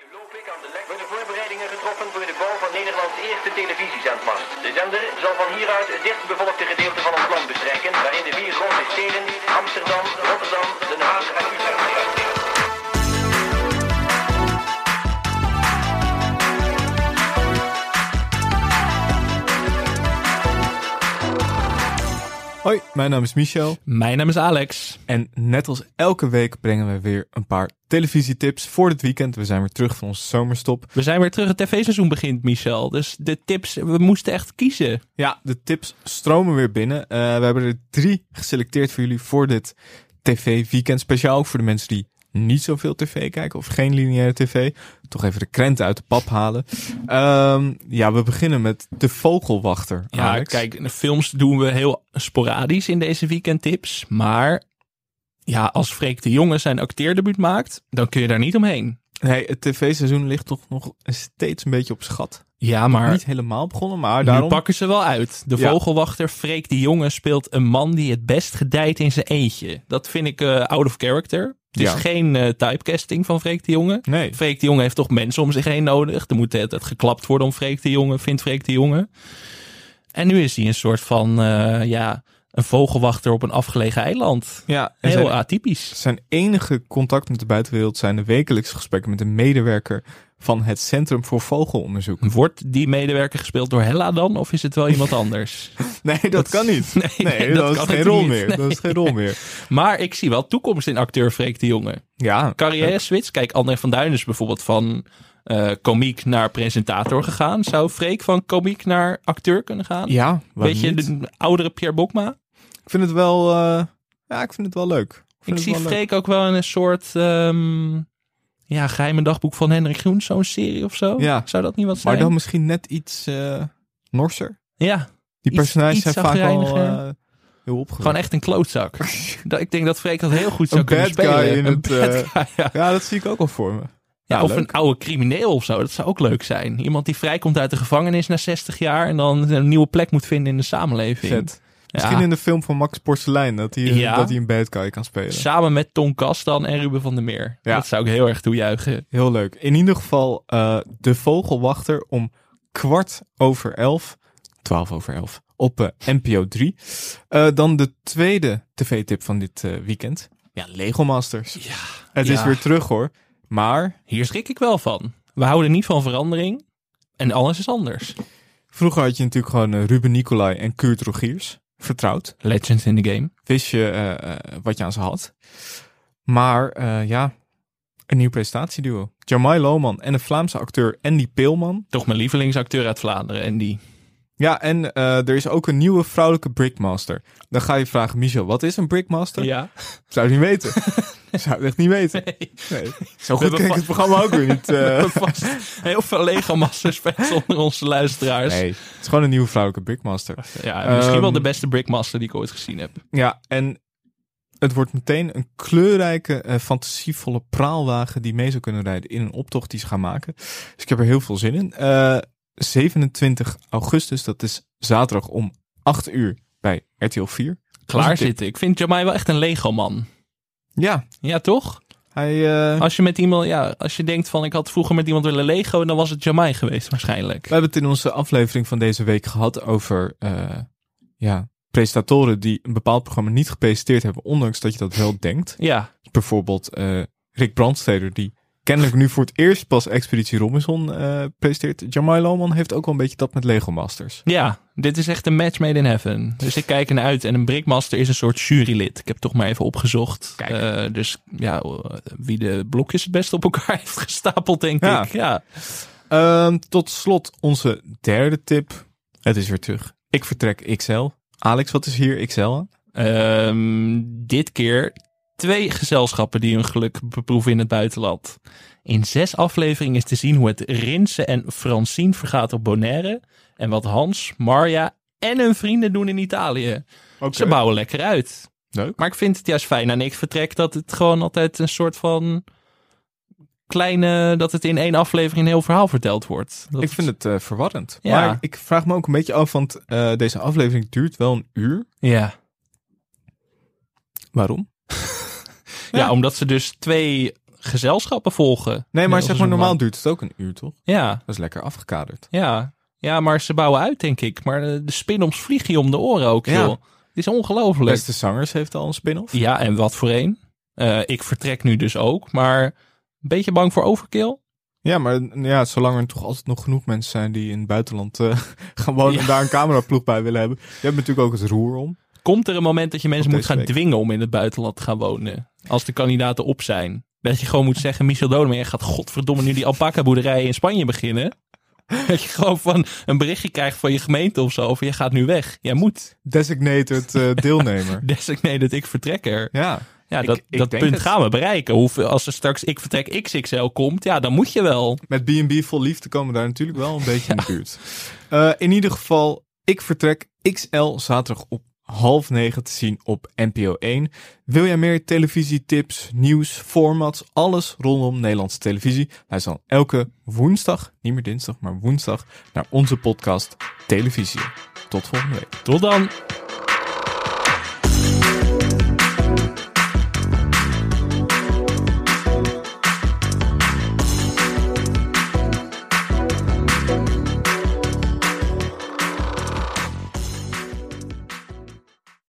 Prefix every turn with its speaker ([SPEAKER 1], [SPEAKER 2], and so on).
[SPEAKER 1] ogenblik aan de lek worden voorbereidingen getroffen voor de bouw van Nederlands eerste televisiezendmast. De zender zal van hieruit het dichtstbevolkte gedeelte van ons land bestrijken, waarin de vier grote steden Amsterdam, Rotterdam, Den Haag en Utrecht liggen.
[SPEAKER 2] Hoi, mijn naam is Michel.
[SPEAKER 3] Mijn naam is Alex.
[SPEAKER 2] En net als elke week brengen we weer een paar televisietips voor dit weekend. We zijn weer terug van onze zomerstop.
[SPEAKER 3] We zijn weer terug. Het tv-seizoen begint, Michel. Dus de tips, we moesten echt kiezen.
[SPEAKER 2] Ja, de tips stromen weer binnen. Eh, we hebben er drie geselecteerd voor jullie voor dit tv-weekend. Speciaal ook voor de mensen die niet zoveel tv kijken of geen lineaire tv. Toch even de krenten uit de pap halen. Ehm, ja, we beginnen met De Vogelwachter,
[SPEAKER 3] Ja,
[SPEAKER 2] Alex.
[SPEAKER 3] kijk, de films doen we heel sporadisch in deze weekendtips. Maar ja, als Freek de Jonge zijn acteerdebuut maakt, dan kun je daar niet omheen.
[SPEAKER 2] Nee, het tv-seizoen ligt toch nog steeds een beetje op schat.
[SPEAKER 3] Ja, maar
[SPEAKER 2] Niet helemaal begonnen, maar
[SPEAKER 3] nu
[SPEAKER 2] daarom...
[SPEAKER 3] pakken ze wel uit. De
[SPEAKER 2] Ja.
[SPEAKER 3] vogelwachter Freek de Jonge speelt een man die het best gedijt in zijn eentje. Dat vind ik eh, out of character. Het
[SPEAKER 2] Ja.
[SPEAKER 3] is geen eh, typecasting van Freek de Jonge.
[SPEAKER 2] Nee,
[SPEAKER 3] Freek de Jonge heeft toch mensen om zich heen nodig. Er moet de hele tijd geklapt worden om Freek de Jonge, vindt Freek de Jonge. En nu is hij een soort van, eh, ja, een vogelwachter op een afgelegen eiland.
[SPEAKER 2] ja, er zijn
[SPEAKER 3] Heel atypisch.
[SPEAKER 2] Zijn enige contact met de buitenwereld zijn de wekelijkse gesprekken met een medewerker van het Centrum voor Vogelonderzoek.
[SPEAKER 3] Wordt die medewerker gespeeld door Hella dan? Of is het wel iemand anders?
[SPEAKER 2] Nee, dat, kan niet. Nee,
[SPEAKER 3] nee,
[SPEAKER 2] dat,
[SPEAKER 3] dat
[SPEAKER 2] is
[SPEAKER 3] kan
[SPEAKER 2] geen
[SPEAKER 3] het
[SPEAKER 2] rol
[SPEAKER 3] niet.
[SPEAKER 2] meer. Dat is geen rol meer.
[SPEAKER 3] maar ik zie wel toekomst in acteur Freek de Jonge.
[SPEAKER 2] Ja,
[SPEAKER 3] Carrière switch. Kijk, André van Duin is bijvoorbeeld van eh komiek naar presentator gegaan. Zou Freek van komiek naar acteur kunnen gaan?
[SPEAKER 2] ja waarom
[SPEAKER 3] Weet je,
[SPEAKER 2] niet?
[SPEAKER 3] de oudere Pierre Bokma?
[SPEAKER 2] Ik vind het wel, eh, ja, ik vind het wel leuk. Ik, vind
[SPEAKER 3] Ik
[SPEAKER 2] het
[SPEAKER 3] zie
[SPEAKER 2] wel leuk.
[SPEAKER 3] Freek ook wel in een soort ehm, ja, geheime dagboek van Hendrik Groen, zo'n serie of zo.
[SPEAKER 2] Ja.
[SPEAKER 3] Zou dat niet wat
[SPEAKER 2] Maar
[SPEAKER 3] zijn?
[SPEAKER 2] dan misschien net iets eh norser.
[SPEAKER 3] ja,
[SPEAKER 2] Die
[SPEAKER 3] Iets-
[SPEAKER 2] personages
[SPEAKER 3] iets
[SPEAKER 2] zijn vaak wel
[SPEAKER 3] zagrijniger.
[SPEAKER 2] eh, heel opgewekt.
[SPEAKER 3] gewoon echt een klootzak. Dat- ik denk dat Freek dat heel goed zou
[SPEAKER 2] Een
[SPEAKER 3] kunnen
[SPEAKER 2] bad guy
[SPEAKER 3] spelen.
[SPEAKER 2] in
[SPEAKER 3] Een
[SPEAKER 2] het,
[SPEAKER 3] bad
[SPEAKER 2] eh,
[SPEAKER 3] guy, ja.
[SPEAKER 2] Ja, dat zie ik ook wel voor me.
[SPEAKER 3] Ja,
[SPEAKER 2] Ja,
[SPEAKER 3] of
[SPEAKER 2] leuk.
[SPEAKER 3] een oude crimineel of zo. Dat zou ook leuk zijn. Iemand die vrijkomt uit de gevangenis na 60 jaar en dan een nieuwe plek moet vinden in de samenleving.
[SPEAKER 2] Vet. Misschien
[SPEAKER 3] Ja.
[SPEAKER 2] in de film van Max Porcelein dat hij,
[SPEAKER 3] Ja.
[SPEAKER 2] dat hij een bad guy kan spelen.
[SPEAKER 3] Samen met Ton Kastan en Ruben van der Meer.
[SPEAKER 2] Ja.
[SPEAKER 3] Dat zou ik heel erg toejuichen.
[SPEAKER 2] Heel leuk. In ieder geval eh, de vogelwachter om kwart over elf. Twaalf over elf. Op eh, NPO 3. Eh, dan de tweede tv-tip van dit eh, weekend. Ja, Lego Masters.
[SPEAKER 3] Ja,
[SPEAKER 2] Het is
[SPEAKER 3] ja.
[SPEAKER 2] weer terug hoor. Maar
[SPEAKER 3] Hier schrik ik wel van. We houden niet van verandering en alles is anders.
[SPEAKER 2] vroeger had je natuurlijk gewoon eh, Ruben Nicolai en Kurt Rogiers. Vertrouwd.
[SPEAKER 3] Legends in the game.
[SPEAKER 2] Wist je eh, eh, wat je aan ze had. Maar eh, ja, een nieuw presentatieduo. Jamai Lohman en de Vlaamse acteur Andy Peelman
[SPEAKER 3] Toch mijn lievelingsacteur uit Vlaanderen. En die.
[SPEAKER 2] Ja, en eh, er is ook een nieuwe vrouwelijke Brickmaster. Dan ga je vragen, Michel, wat is een Brickmaster?
[SPEAKER 3] Ja.
[SPEAKER 2] Zou je niet weten. Zou het echt niet weten. Nee. Zo goed
[SPEAKER 3] hebben
[SPEAKER 2] ken ik
[SPEAKER 3] va-
[SPEAKER 2] het programma ook weer niet. eh.
[SPEAKER 3] Vast heel veel Lego Masters fans onder onze luisteraars.
[SPEAKER 2] nee, het is gewoon een nieuwe vrouwelijke Brickmaster.
[SPEAKER 3] Ja, misschien wel
[SPEAKER 2] Ehm,
[SPEAKER 3] de beste Brickmaster die ik ooit gezien heb.
[SPEAKER 2] Ja, en het wordt meteen een kleurrijke, eh, fantasievolle praalwagen die mee zou kunnen rijden in een optocht die ze gaan maken. Dus ik heb er heel veel zin in. Eh, 27 augustus, dat is zaterdag om 8 uur bij RTL 4.
[SPEAKER 3] Klaar
[SPEAKER 2] tip.
[SPEAKER 3] zitten. Ik vind Jamai wel echt een Lego man.
[SPEAKER 2] Ja,
[SPEAKER 3] Ja, toch?
[SPEAKER 2] hij... eh,
[SPEAKER 3] Als je met iemand, ja, als je denkt van ik had vroeger met iemand willen Lego, dan was het Jamai geweest waarschijnlijk.
[SPEAKER 2] We hebben het in onze aflevering van deze week gehad over eh, ja, presentatoren die een bepaald programma niet gepresenteerd hebben, ondanks dat je dat wel denkt.
[SPEAKER 3] Ja,
[SPEAKER 2] Bijvoorbeeld eh, Rick Brandsteder, die kennelijk nu voor het eerst pas Expeditie Robinson eh, presenteert. Jamai Lohman heeft ook wel een beetje dat met Lego Masters.
[SPEAKER 3] ja, dit is echt een match made in heaven. Dus ik kijk ernaar uit. En een Brickmaster is een soort jurylid. Ik heb toch maar even opgezocht.
[SPEAKER 2] Kijk.
[SPEAKER 3] Eh, dus ja, wie de blokjes het best op elkaar heeft gestapeld, denk
[SPEAKER 2] Ja.
[SPEAKER 3] ik. Ja.
[SPEAKER 2] Ehm, tot slot onze derde tip. Het is weer terug. Ik vertrek XL. Alex, wat is hier XL aan?
[SPEAKER 3] Ehm, dit keer twee gezelschappen die hun geluk beproeven in het buitenland. In zes afleveringen is te zien hoe het Rinse en Francine vergaat op Bonaire. En wat Hans, Marja en hun vrienden doen in Italië. Ze bouwen lekker uit.
[SPEAKER 2] Leuk.
[SPEAKER 3] Maar ik vind het juist fijn aan ik vertrek dat het gewoon altijd een soort van kleine. dat het in één aflevering een heel verhaal verteld wordt. Dat
[SPEAKER 2] Ik vind het eh, verwarrend.
[SPEAKER 3] Ja.
[SPEAKER 2] Maar ik vraag me ook een beetje af, want eh, deze aflevering duurt wel een uur.
[SPEAKER 3] Ja.
[SPEAKER 2] Waarom?
[SPEAKER 3] Ja, omdat ze dus twee gezelschappen volgen.
[SPEAKER 2] Nee, maar
[SPEAKER 3] Net
[SPEAKER 2] zeg
[SPEAKER 3] als
[SPEAKER 2] maar
[SPEAKER 3] een
[SPEAKER 2] normaal
[SPEAKER 3] man.
[SPEAKER 2] duurt het ook een uur, toch?
[SPEAKER 3] Ja,
[SPEAKER 2] Dat is lekker afgekaderd.
[SPEAKER 3] ja. Ja, maar ze bouwen uit, denk ik. Maar eh, de spin-offs vliegen je om de oren ook,
[SPEAKER 2] Ja.
[SPEAKER 3] joh. Het is ongelooflijk.
[SPEAKER 2] Beste Zangers heeft al een spin-off.
[SPEAKER 3] Ja, en wat voor een. Eh, ik vertrek nu dus ook, maar een beetje bang voor overkill.
[SPEAKER 2] Ja, maar ja, zolang er toch altijd nog genoeg mensen zijn die in het buitenland eh, gaan wonen en daar een cameraploeg bij willen hebben. Je hebt natuurlijk ook het roer om.
[SPEAKER 3] Komt er een moment dat je mensen
[SPEAKER 2] Op
[SPEAKER 3] moet
[SPEAKER 2] deze
[SPEAKER 3] gaan
[SPEAKER 2] week.
[SPEAKER 3] dwingen om in het buitenland te gaan wonen? Als de kandidaten op zijn. Dat je gewoon moet zeggen, Michel Dodemeyer gaat godverdomme nu die alpaca boerderijen in Spanje beginnen. Dat je gewoon van een berichtje krijgt van je gemeente of zo. Van je gaat nu weg. Jij moet.
[SPEAKER 2] Designated eh, deelnemer.
[SPEAKER 3] Designated ik vertrek er.
[SPEAKER 2] Ja,
[SPEAKER 3] Ja,
[SPEAKER 2] Ik-
[SPEAKER 3] dat,
[SPEAKER 2] ik
[SPEAKER 3] dat
[SPEAKER 2] denk
[SPEAKER 3] punt
[SPEAKER 2] het.
[SPEAKER 3] gaan we bereiken. Hoeveel, als er straks ik vertrek XXL komt, ja, dan moet je wel.
[SPEAKER 2] met B&B vol liefde komen we daar natuurlijk wel een beetje in de buurt. Eh, in ieder geval, ik vertrek XL zaterdag op half negen te zien op NPO 1. Wil jij meer televisietips, nieuws, formats, alles rondom Nederlandse televisie? Luister dan elke woensdag, niet meer dinsdag, maar woensdag, naar onze podcast Televisie. Tot volgende week.
[SPEAKER 3] Tot dan.